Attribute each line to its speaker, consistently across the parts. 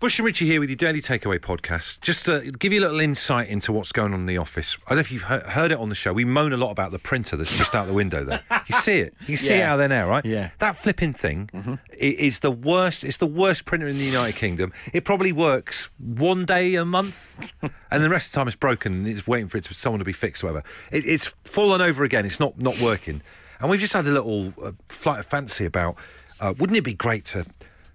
Speaker 1: Bush and Richie here with your daily takeaway podcast. Just to give you a little insight into what's going on in the office. I don't know if you've he- heard it on the show. We moan a lot about the printer that's just out the window there. You see it. You see it
Speaker 2: Yeah.
Speaker 1: out there now, right?
Speaker 2: Yeah.
Speaker 1: That flipping thing i is the worst. It's the worst printer in the United Kingdom. It probably works one day a month, and the rest of the time it's broken and it's waiting for it to, someone to be fixed. Or whatever. It, it's fallen over again. It's not not working. And we've just had a little uh, flight of fancy about. Uh, wouldn't it be great to?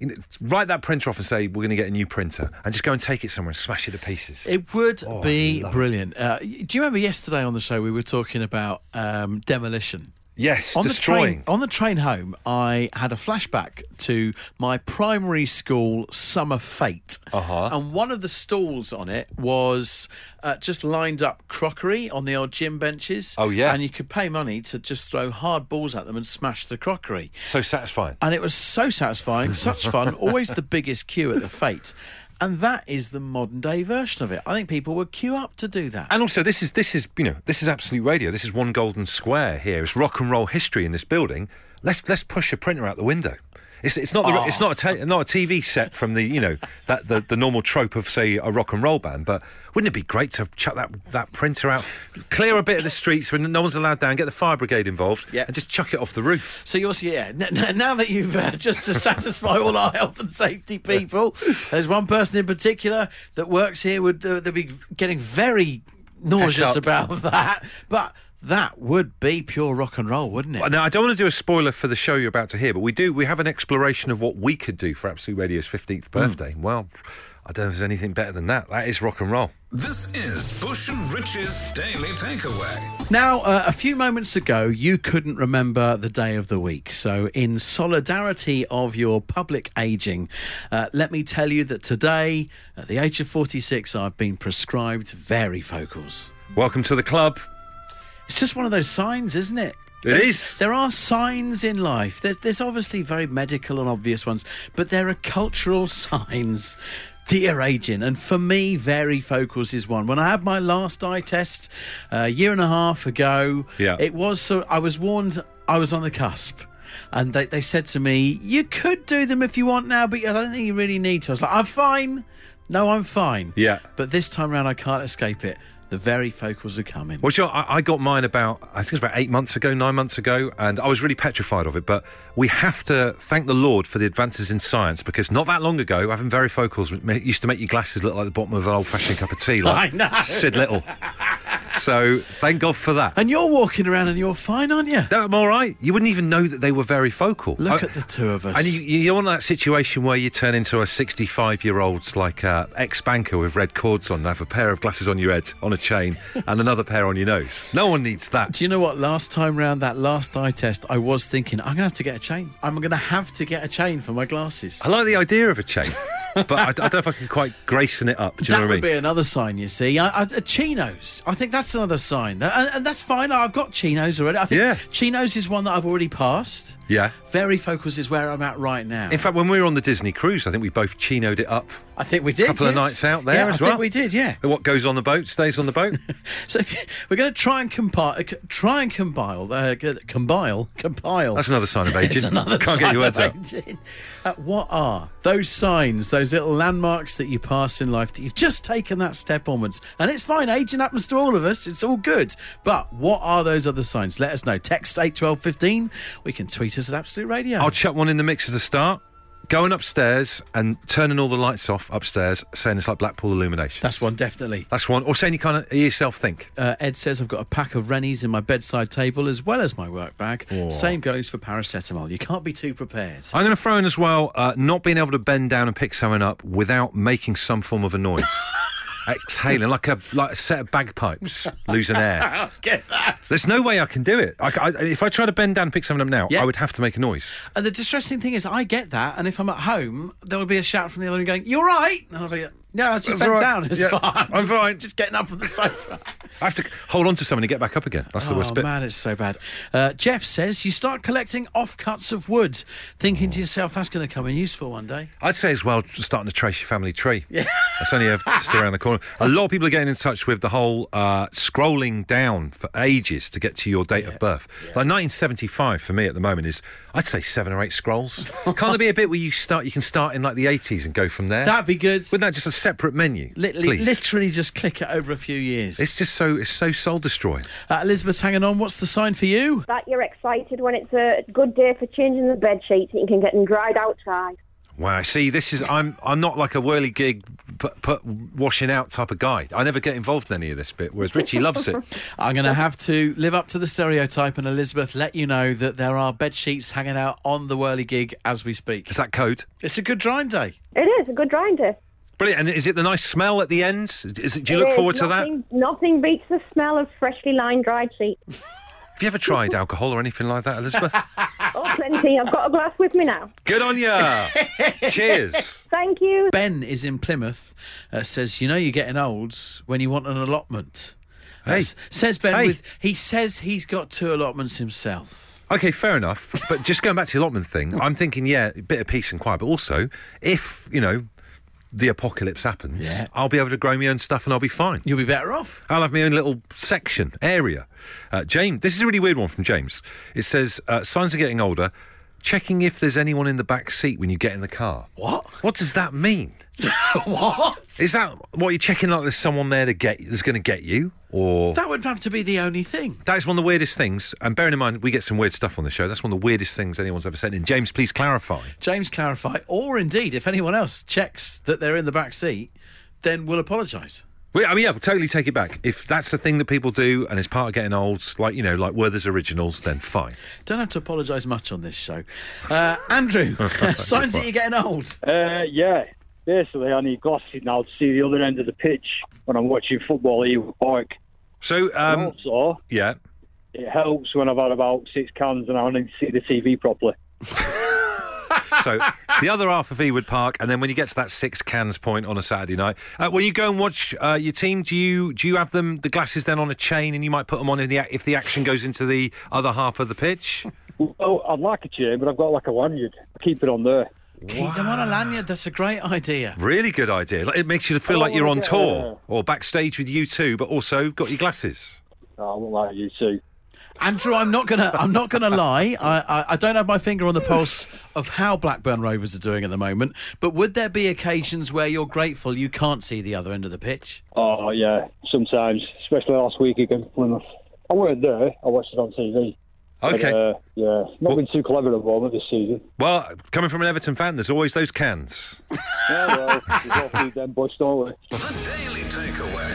Speaker 1: You know, write that printer off and say we're going to get a new printer, and just go and take it somewhere and smash it to pieces.
Speaker 2: It would
Speaker 1: I
Speaker 2: be
Speaker 1: love it.
Speaker 2: brilliant. Uh, do you remember yesterday on the show we were talking about um, demolition?
Speaker 1: yes,
Speaker 2: On
Speaker 1: destroying.
Speaker 2: the train, on the train home, I had a flashback to my primary school summer fete,
Speaker 1: Uh-huh.
Speaker 2: and one of the stalls on it was uh, just lined up crockery on the old gym benches.
Speaker 1: Oh, yeah.
Speaker 2: and you could pay money to just throw hard balls at them and smash the crockery.
Speaker 1: so satisfying.
Speaker 2: And it was so satisfying, such fun, always the biggest queue at the fate. And that is the modern day version of it. I think people would queue up to do that.
Speaker 1: And also, this is this is you know this is absolute radio. This is one golden square here. It's rock and roll history in this building. Let's let's push a printer out the window. It's, it's not the, it's not a te- not a TV set from the you know that the, the normal trope of say a rock and roll band. But wouldn't it be great to chuck that that printer out, clear a bit of the streets when no one's allowed down, get the fire brigade involved,
Speaker 2: Yeah.
Speaker 1: and just chuck it off the roof.
Speaker 2: So you're yeah. N- n- now that you've uh, just to satisfy all our health and safety people, there's one person in particular that works here would uh, they'd be getting very nauseous
Speaker 1: up.
Speaker 2: about that. But that would be pure rock and roll, wouldn't it?
Speaker 1: Uh, Now I don't want to do a spoiler for the show you're about to hear, but we do we have an exploration of what we could do for Absolute Radio's 15th birthday. Well, I don't know if there's anything better than that. That is rock and roll.
Speaker 3: This is Bush and Rich's Daily Takeaway.
Speaker 2: Now, uh, a few moments ago, you couldn't remember the day of the week. So, in solidarity of your public ageing, uh, let me tell you that today, at the age of 46, I've been prescribed varifocals.
Speaker 1: Welcome to the club.
Speaker 2: It's just one of those signs, isn't it?
Speaker 1: It is.
Speaker 2: There are signs in life. There's, there's obviously very medical and obvious ones, but there are cultural signs that you're aging. And for me, varifocals is one. When I had my last eye test uh, a year and a half ago,
Speaker 1: Yeah.
Speaker 2: it was so I was warned I was on the cusp. And they, they said to me, You could do them if you want now, but I don't think you really need to. I was like, I'm fine. No, I'm fine.
Speaker 1: Yeah.
Speaker 2: But this time round, I can't escape it. The varifocals are coming.
Speaker 1: Well, sure, I, I got mine about, I think it was about eight months ago, nine months ago, and I was really petrified of it. But we have to thank the Lord for the advances in science because not that long ago, having very focals used to make your glasses look like the bottom of an old fashioned cup of tea, like
Speaker 2: I know.
Speaker 1: Sid Little. so thank God for that.
Speaker 2: And you're walking around and you're fine, aren't you?
Speaker 1: No, I'm all right. You wouldn't even know that they were very focal.
Speaker 2: Look
Speaker 1: I-
Speaker 2: at the two of us.
Speaker 1: And you, you're in that situation where you turn into a 65 year old's like uh, ex banker with red cords on, and have a pair of glasses on your head, on a chain, and another pair on your nose. No one needs that.
Speaker 2: Do you know what? Last time round, that last eye test, I was thinking, I'm going to have to get a chain. I'm going to have to get a chain for my glasses.
Speaker 1: I like the idea of a chain, but I, I don't know if I can quite gracing it up. Do you
Speaker 2: that
Speaker 1: know what I
Speaker 2: would be
Speaker 1: mean?
Speaker 2: another sign, you see. I, I, chinos. I think that's another sign. That- And, and that's fine. I've got chinos already. I think
Speaker 1: Yeah.
Speaker 2: chinos is one that I've already passed.
Speaker 1: Yeah.
Speaker 2: Very focus is where I'm at right now.
Speaker 1: In fact, when we were on the Disney cruise, I think we both chinoed it up.
Speaker 2: I think we did.
Speaker 1: A couple of
Speaker 2: yes.
Speaker 1: nights out there
Speaker 2: Yeah,
Speaker 1: as
Speaker 2: I
Speaker 1: well.
Speaker 2: think we did, yeah.
Speaker 1: What goes on the boat stays on the boat.
Speaker 2: So if you, we're going to try and compile, uh, c- try and compile, uh, c- compile, compile.
Speaker 1: That's another sign of aging.
Speaker 2: It's another
Speaker 1: Can't get
Speaker 2: sign
Speaker 1: your words
Speaker 2: of
Speaker 1: out.
Speaker 2: aging. Uh, what are those signs, those little landmarks that you pass in life that you've just taken that step onwards? And it's fine, aging happens to all of us, it's all good. But what are those other signs? Let us know. Text 81215. We can tweet us at Absolute Radio.
Speaker 1: I'll chuck one in the mix at the start. Going upstairs and turning all the lights off upstairs, saying it's like Blackpool illumination.
Speaker 2: That's one, definitely.
Speaker 1: That's one. Or saying you can't hear yourself think.
Speaker 2: Uh, Ed says, I've got a pack of Rennies in my bedside table as well as my work bag. Same goes for paracetamol. You can't be too prepared.
Speaker 1: I'm going to throw in as well uh, not being able to bend down and pick someone up without making some form of a noise. Exhaling like a like a set of bagpipes, losing air.
Speaker 2: Get that.
Speaker 1: There's no way I can do it. I, I, if I try to bend down and pick someone up now,
Speaker 2: Yeah.
Speaker 1: I would have to make a noise.
Speaker 2: And the distressing thing is, I get that, and if I'm at home, there will be a shout from the other room going, "You're right," and I'll be, like, "No, I just
Speaker 1: That's
Speaker 2: bent
Speaker 1: all right.
Speaker 2: down. It's
Speaker 1: Yeah,
Speaker 2: fine.
Speaker 1: I'm
Speaker 2: Just-
Speaker 1: fine."
Speaker 2: Just getting up from the sofa."
Speaker 1: I have to hold on to someone and get back up again. That's the worst
Speaker 2: oh
Speaker 1: bit.
Speaker 2: man, it's so bad. Uh, Jeff says you start collecting offcuts of wood, thinking to yourself that's going to come in useful one day.
Speaker 1: I'd say as well, just starting to trace your family tree. Yeah. It's only ever just around the corner. A lot of people are getting in touch with the whole uh, scrolling down for ages to get to your date of birth. Like 1975 for me at the moment is, I'd say seven or eight scrolls. Can't there be a bit where you start? You can start in like the 80s and go from there.
Speaker 2: That'd be good.
Speaker 1: Wouldn't that just a separate menu?
Speaker 2: literally,
Speaker 1: Uh, please?
Speaker 2: literally just click it over a few years.
Speaker 1: It's just so it's so soul destroying.
Speaker 2: Uh, Elizabeth's hanging on. What's the sign for you?
Speaker 4: that you're excited when it's a good day for changing the bed sheets and you can get them dried outside.
Speaker 1: Wow, see, this is I'm I'm not like a whirly gig, put, put washing out type of guy. I never get involved in any of this bit, whereas Richie loves it.
Speaker 2: I'm going to have to live up to the stereotype and Elizabeth let you know that there are bed sheets hanging out on the whirly gig as we speak.
Speaker 1: Is that code?
Speaker 2: It's a good drying day.
Speaker 4: It is a good grinder.
Speaker 1: Brilliant. And is it the nice smell at the end? Is it, do you look forward to that?
Speaker 4: that? Nothing beats the smell of freshly lined dried sheets.
Speaker 1: Have you ever tried alcohol or anything like that, Elizabeth?
Speaker 4: Oh, plenty. I've got a glass with me now.
Speaker 1: Good on you. Cheers.
Speaker 4: Thank you.
Speaker 2: Ben is in Plymouth. Uh, says, you know, you're getting old when you want an allotment. Uh,
Speaker 1: Hey.
Speaker 2: S- says Ben.
Speaker 1: Hey.
Speaker 2: With, he says he's got two allotments himself.
Speaker 1: Okay, fair enough. But just going back to the allotment thing, I'm thinking, yeah, a bit of peace and quiet. But also, if, you know, the apocalypse happens,
Speaker 2: Yeah.
Speaker 1: I'll be able to grow my own stuff and I'll be fine.
Speaker 2: You'll be better off.
Speaker 1: I'll have my own little section, area. Uh, James, this is a really weird one from James. It says, uh, signs of getting older, checking if there's anyone in the back seat when you get in the car.
Speaker 2: What?
Speaker 1: What does that mean?
Speaker 2: what?
Speaker 1: Is that what you're checking? Like there's someone there to get that's going to get you, or
Speaker 2: That would have to be the only thing.
Speaker 1: that is one of the weirdest things. And bearing in mind, we get some weird stuff on the show. That's one of the weirdest things anyone's ever said. And James, please clarify.
Speaker 2: James, clarify, or indeed, if anyone else checks that they're in the back seat, then we'll apologise.
Speaker 1: We, I mean, yeah, we'll totally take it back. If that's the thing that people do, and it's part of getting old, like you know, like Werther's originals, then fine.
Speaker 2: Don't have to apologise much on this show. Uh, Andrew, signs that you're getting old.
Speaker 5: Uh, yeah, basically, I need glasses now to see the other end of the pitch when I'm watching football here with Park.
Speaker 1: So, um,
Speaker 5: also,
Speaker 1: yeah,
Speaker 5: it helps when I've had about six cans and I need to see the TV properly.
Speaker 1: so the other half of Ewood Park, and then when you get to that six cans point on a Saturday night, uh, when you go and watch uh, your team, do you do you have them the glasses then on a chain, and you might put them on in the ac- if the action goes into the other half of the pitch?
Speaker 5: Well, I'd like a chain, but I've got like a lanyard. I keep it on there.
Speaker 2: Keep them on a lanyard. That's a great idea.
Speaker 1: Really good idea. Like, it makes you feel
Speaker 5: Oh,
Speaker 1: like you're on
Speaker 5: yeah.
Speaker 1: tour or backstage with you two, but also got your glasses.
Speaker 5: No, I won't lie to you, too.
Speaker 2: Andrew, I'm not gonna, I'm not gonna lie. I, I, I don't have my finger on the pulse of how Blackburn Rovers are doing at the moment. But would there be occasions where you're grateful you can't see the other end of the pitch?
Speaker 5: Oh, yeah, sometimes, especially last week against Plymouth. I weren't there, I watched it on TV. But,
Speaker 1: Okay.
Speaker 5: uh, yeah, not been too clever at the moment this season.
Speaker 1: well, coming from an Everton fan, there's always those cans.
Speaker 5: Yeah, Oh, well, we've all food them boys, don't we?
Speaker 3: The Daily Takeaway.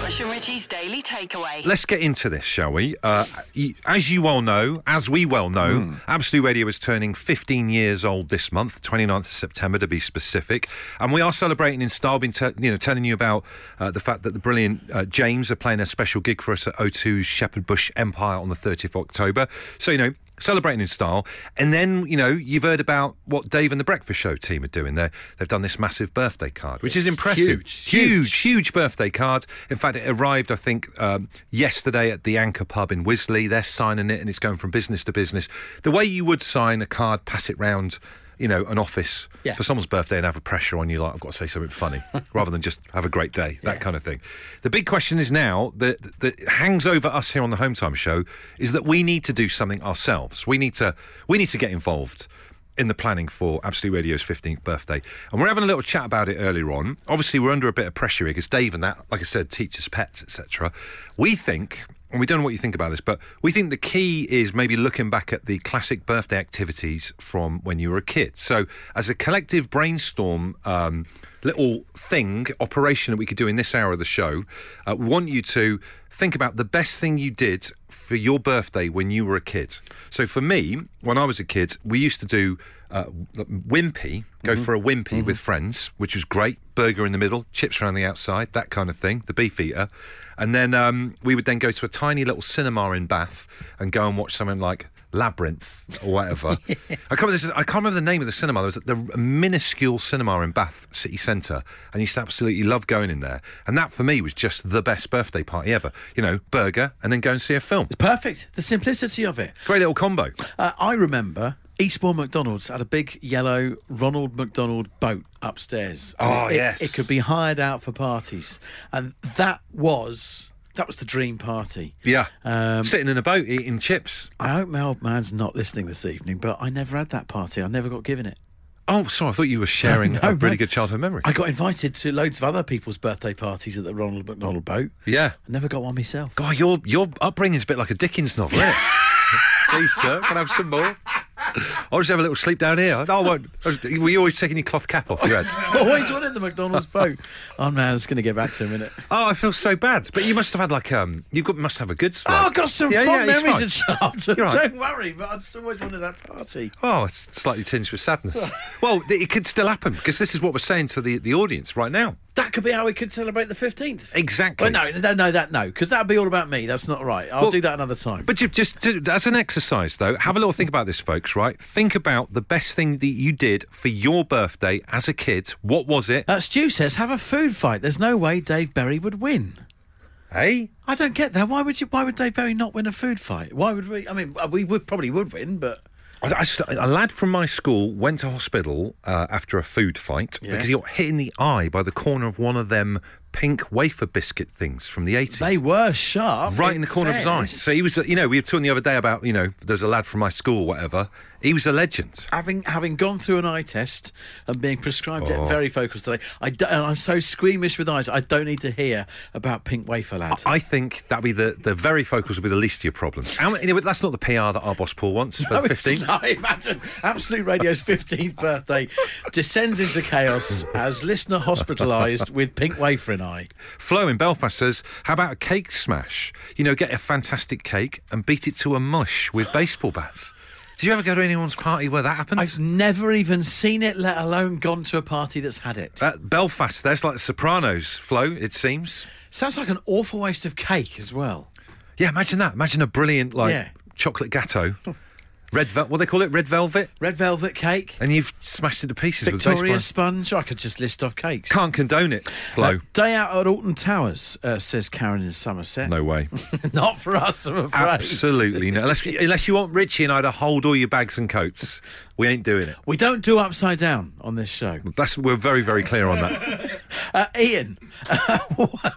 Speaker 6: Bush and Richie's Daily Takeaway.
Speaker 1: Let's get into this, shall we? Uh, y- as you well know, as we well know,
Speaker 2: Hmm.
Speaker 1: Absolute Radio is turning 15 years old this month, 29th of September to be specific. And we are celebrating in style, been te- you know, telling you about uh, the fact that the brilliant uh, James are playing a special gig for us at O2's Shepherd Bush Empire on the 30th of October. So, you know, celebrating in style. And then, you know, you've heard about what Dave and the Breakfast Show team are doing. They're, they've done this massive birthday card, which is impressive.
Speaker 2: Huge,
Speaker 1: huge, huge birthday card. In fact, it arrived, I think, um, yesterday at the Anchor Pub in Wisley. They're signing it and it's going from business to business. The way you would sign a card, pass it round, you know, an office
Speaker 2: Yeah.
Speaker 1: for someone's birthday and have a pressure on you, like, I've got to say something funny, rather than just have a great day, that kind of thing. The big question is now that, that hangs over us here on the Home Time Show is that we need to do something ourselves. We need to, we need to get involved in the planning for Absolute Radio's 15th birthday. And we're having a little chat about it earlier on. Obviously, we're under a bit of pressure here because Dave and that, like I said, teachers, pets, etc. We think, and we don't know what you think about this, but we think the key is maybe looking back at the classic birthday activities from when you were a kid. So, as a collective brainstorm, um, little thing, operation that we could do in this hour of the show, uh, we want you to think about the best thing you did for your birthday when you were a kid. So for me, when I was a kid, we used to do uh, Wimpy, go for a Wimpy
Speaker 2: Mm-hmm.
Speaker 1: with friends, which was great. Burger in the middle, chips around the outside, that kind of thing, the beef eater. And then um, we would then go to a tiny little cinema in Bath and go and watch something like Labyrinth or whatever. I, can't remember this, I can't remember the name of the cinema. There was the minuscule cinema in Bath City Centre, and I used to absolutely love going in there. And that for me was just the best birthday party ever. You know, burger and then go and see a film.
Speaker 2: Perfect. The simplicity of it.
Speaker 1: Great little combo.
Speaker 2: Uh, I remember Eastbourne McDonald's had a big yellow Ronald McDonald boat upstairs. And
Speaker 1: Oh,
Speaker 2: it- it-
Speaker 1: yes.
Speaker 2: it could be hired out for parties, and that was that was the dream party.
Speaker 1: Yeah.
Speaker 2: Um,
Speaker 1: Sitting in a boat eating chips.
Speaker 2: I hope my old man's not listening this evening, but I never had that party. I never got given it.
Speaker 1: Oh, sorry. I thought you were sharing
Speaker 2: No,
Speaker 1: a really
Speaker 2: no.
Speaker 1: good childhood memory.
Speaker 2: I got invited to loads of other people's birthday parties at the Ronald McDonald boat.
Speaker 1: yeah.
Speaker 2: I never got one myself.
Speaker 1: God, your your upbringing's a bit like a Dickens novel, isn't it? Please, sir, can I have some more? I'll just have a little sleep down here. No, I won't. Were you always taking your cloth cap off your head?
Speaker 2: Always wanted the McDonald's boat. Oh man, it's going to get back to a minute.
Speaker 1: Oh, I feel so bad. But you must have had like um, you got, must have a good.
Speaker 2: Oh,
Speaker 1: Spot.
Speaker 2: I've got some
Speaker 1: Yeah,
Speaker 2: fond
Speaker 1: yeah, it's
Speaker 2: memories
Speaker 1: fine.
Speaker 2: of childhood.
Speaker 1: You're right.
Speaker 2: Don't worry, but I just always wanted that party.
Speaker 1: Oh, it's slightly tinged with sadness. well, th- it could still happen because this is what we're saying to the the audience right now.
Speaker 2: That could be how we could celebrate the 15th.
Speaker 1: Exactly.
Speaker 2: Well, no, no, no, that no, because that'd be all about me. That's not right. I'll
Speaker 1: Well,
Speaker 2: do that another time.
Speaker 1: But ju- just to, as an exercise, though, have a little think about this, folks. Right? Think about the best thing that you did for your birthday as a kid. What was it?
Speaker 2: uh, Stu says, have a food fight. There's no way Dave Berry would win.
Speaker 1: hey.
Speaker 2: I don't get that. Why would you? Why would Dave Berry not win a food fight? Why would we? I mean, uh, we would probably would win, but
Speaker 1: I, I st- a lad from my school went to hospital uh, after a food fight
Speaker 2: Yeah.
Speaker 1: because he got hit in the eye by the corner of one of them pink wafer biscuit things from the 80s.
Speaker 2: they were sharp.
Speaker 1: right in the corner of his eye.
Speaker 2: fairness.
Speaker 1: So he was, you know, we were talking the other day about, you know, there's a lad from my school, whatever. He was a legend.
Speaker 2: having having gone through an eye test and being prescribed
Speaker 1: Oh.
Speaker 2: it very focused today, I don't, and I'm so squeamish with eyes. I don't need to hear about pink wafer lad.
Speaker 1: I think that'd be the, the very focus would be the least of your problems. How many- anyway, that's not the PR that our boss Paul wants for
Speaker 2: No,
Speaker 1: the
Speaker 2: it's
Speaker 1: 15th.
Speaker 2: not. Imagine Absolute Radio's 15th birthday descends into chaos as listener hospitalised with pink wafer in eye.
Speaker 1: Flo in Belfast says, how about a cake smash? You know, get a fantastic cake and beat it to a mush with baseball bats. Did you ever go to anyone's party where that happened?
Speaker 2: I've never even seen it, let alone gone to a party that's had it.
Speaker 1: That Belfast, there's like the Sopranos flow, it seems.
Speaker 2: Sounds like an awful waste of cake as well.
Speaker 1: Yeah, imagine that. Imagine a brilliant like
Speaker 2: Yeah.
Speaker 1: chocolate gatto, red velvet. What do they call it, red velvet,
Speaker 2: Red velvet cake,
Speaker 1: and you've smashed it to pieces with
Speaker 2: Victoria
Speaker 1: baseball.
Speaker 2: sponge. I could just list off cakes.
Speaker 1: Can't condone it, Flo.
Speaker 2: Uh, Day out at Alton Towers, uh, says Karen in Somerset.
Speaker 1: no way.
Speaker 2: Not for us, I'm afraid.
Speaker 1: Absolutely not. Unless, unless you want Richie and I to hold all your bags and coats, we ain't doing it.
Speaker 2: We don't do upside down on this show.
Speaker 1: That's we're very very clear on that.
Speaker 2: Uh, Ian,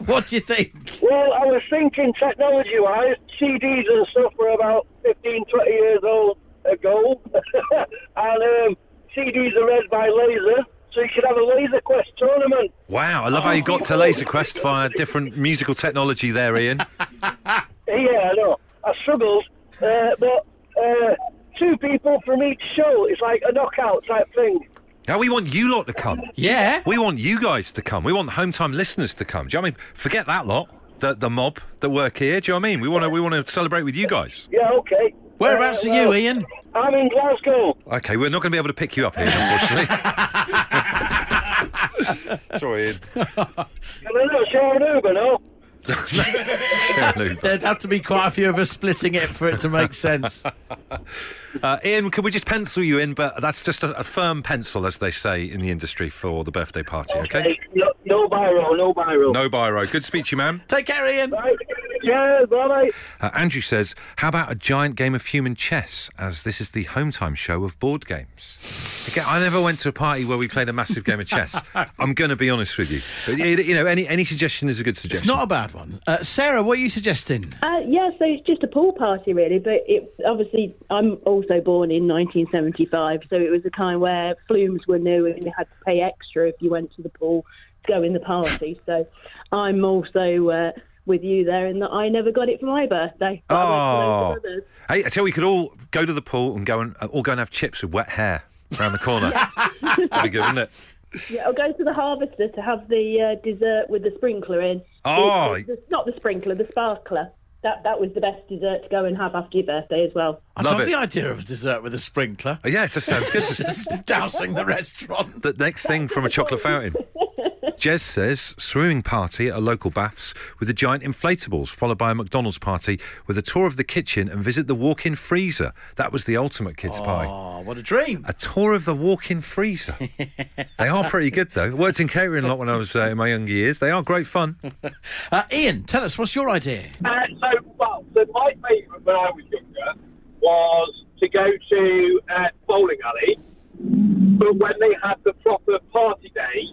Speaker 2: what do you think?
Speaker 7: Well, I was thinking technology wise, CDs and stuff were about 15, 20 years old ago. and um, CDs are read by laser, so you should have a laser quest tournament.
Speaker 1: Wow, I love how you got to Laser Quest via different musical technology there, Ian.
Speaker 7: Yeah, I know. I struggled, uh, but uh, two people from each show, it's like a knockout type thing.
Speaker 1: Now we want you lot to come.
Speaker 2: Yeah.
Speaker 1: We want you guys to come. We want home time listeners to come. Do you know what I mean? Forget that lot, the the mob that work here. Do you know what I mean? We want to we want to celebrate with you guys.
Speaker 7: Yeah, okay.
Speaker 2: Whereabouts
Speaker 7: Uh,
Speaker 2: are you,
Speaker 7: well,
Speaker 2: Ian?
Speaker 7: I'm in Glasgow.
Speaker 1: Okay, we're not going to be able to pick you up here, unfortunately. Sorry, Ian.
Speaker 7: And I'm not sure an Uber, no?
Speaker 1: Share an Uber.
Speaker 2: There'd have to be quite a few of us splitting it for it to make sense.
Speaker 1: Uh, Ian, can we just pencil you in? But that's just a, a firm pencil, as they say in the industry, for the birthday party. Okay.
Speaker 7: Hey, No, no biro, no biro.
Speaker 1: No biro. Good speech, you, man.
Speaker 2: Take care, Ian.
Speaker 7: Right. Yeah, bye bye.
Speaker 1: Uh, Andrew says, "How about a giant game of human chess? As this is the home time show of board games." Again, I never went to a party where we played a massive game of chess. I'm going to be honest with you. But, y- you know, any any suggestion is a good
Speaker 2: It's
Speaker 1: suggestion.
Speaker 2: not a bad one. Uh, Sarah, what are you suggesting?
Speaker 4: Uh, yeah, so it's just a pool party, really. But it obviously, I'm also born in 1975, so it was the kind where flumes were new and you had to pay extra if you went to the pool to go in the party. So I'm also uh, with you there in that I never got it for my birthday. but I
Speaker 1: Oh,
Speaker 4: went to loads of others.
Speaker 1: hey, I tell you, we could all go to the pool and go and uh, all go and have chips with wet hair around the corner. That'd be good, wouldn't it?
Speaker 4: Yeah, I'll go to the harvester to have the uh, dessert with the sprinkler in.
Speaker 1: Oh.
Speaker 4: It's- it's not the sprinkler, the sparkler. That that was the best dessert to go and have after your birthday as well.
Speaker 2: I
Speaker 1: Love
Speaker 2: love
Speaker 1: it.
Speaker 2: the idea of a dessert with a sprinkler.
Speaker 1: Uh, Yeah, it just sounds good.
Speaker 2: Dousing the restaurant.
Speaker 1: the next thing from a chocolate fountain. Jez says swimming party at a local baths with the giant inflatables, followed by a McDonald's party with a tour of the kitchen and visit the walk-in freezer. That was the ultimate kids' pie.
Speaker 2: Oh, what a dream.
Speaker 1: A tour of the walk-in freezer. they are pretty good though. Worked in catering a lot when I was uh, in my younger years. They are great fun.
Speaker 2: Uh, Ian, tell us, what's your idea?
Speaker 5: Uh, so, well, so my favourite when I was younger was
Speaker 7: to go to uh, bowling alley, but when they had the proper party day,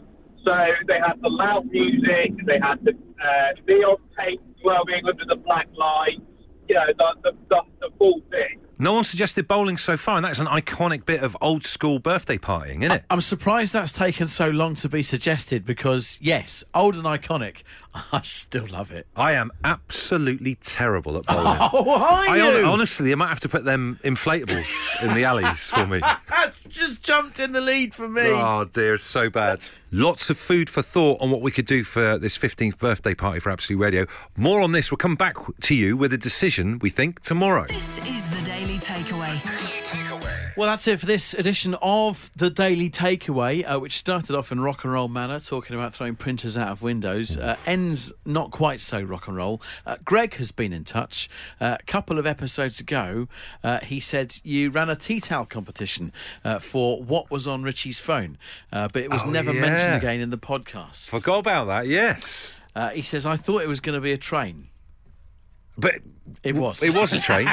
Speaker 7: so they had the loud music, they had the uh, neon tape glowing under the black lights, you know, the, the, the, the full thing.
Speaker 1: No one suggested bowling so far, and that's an iconic bit of old school birthday partying, isn't it?
Speaker 2: I'm surprised that's taken so long to be suggested because, yes, old and iconic. I still love it.
Speaker 1: I am absolutely terrible at bowling.
Speaker 2: Oh, are
Speaker 1: I
Speaker 2: you?
Speaker 1: hon- honestly, I might have to put them inflatables in the alleys for me.
Speaker 2: That's just jumped in the lead for me.
Speaker 1: Oh dear, it's so bad. Lots of food for thought on what we could do for this 15th birthday party for Absolute Radio. More on this. We'll come back to you with a decision, we think, tomorrow.
Speaker 6: This is the Daily Takeaway.
Speaker 3: Daily Takeaway.
Speaker 2: Well, that's it for this edition of the Daily Takeaway, uh, which started off in rock and roll manner, talking about throwing printers out of windows. Uh, ends not quite so rock and roll. Uh, Greg has been in touch. Uh, a couple of episodes ago, uh, he said you ran a tea towel competition uh, for what was on Richie's phone, uh, but it was
Speaker 1: Oh,
Speaker 2: never
Speaker 1: yeah.
Speaker 2: mentioned again in the podcast.
Speaker 1: Forgot about that, yes.
Speaker 2: Uh, he says, I thought it was going to be a train.
Speaker 1: But
Speaker 2: It was.
Speaker 1: it was a train.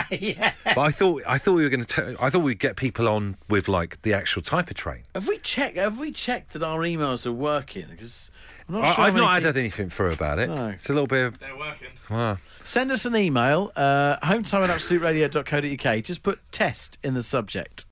Speaker 1: But I thought I thought we were going to I thought we'd get people on with like the actual type of train.
Speaker 2: Have we checked? Have we checked that our emails are working? Because I'm not
Speaker 1: I,
Speaker 2: Oh, sure.
Speaker 1: I've
Speaker 2: how many
Speaker 1: not
Speaker 2: people-
Speaker 1: had anything through about it.
Speaker 2: No.
Speaker 1: It's a little bit of
Speaker 3: They're working.
Speaker 2: Send us an email, uh, hometime at absoluteradio.co.uk. Just put test in the subject.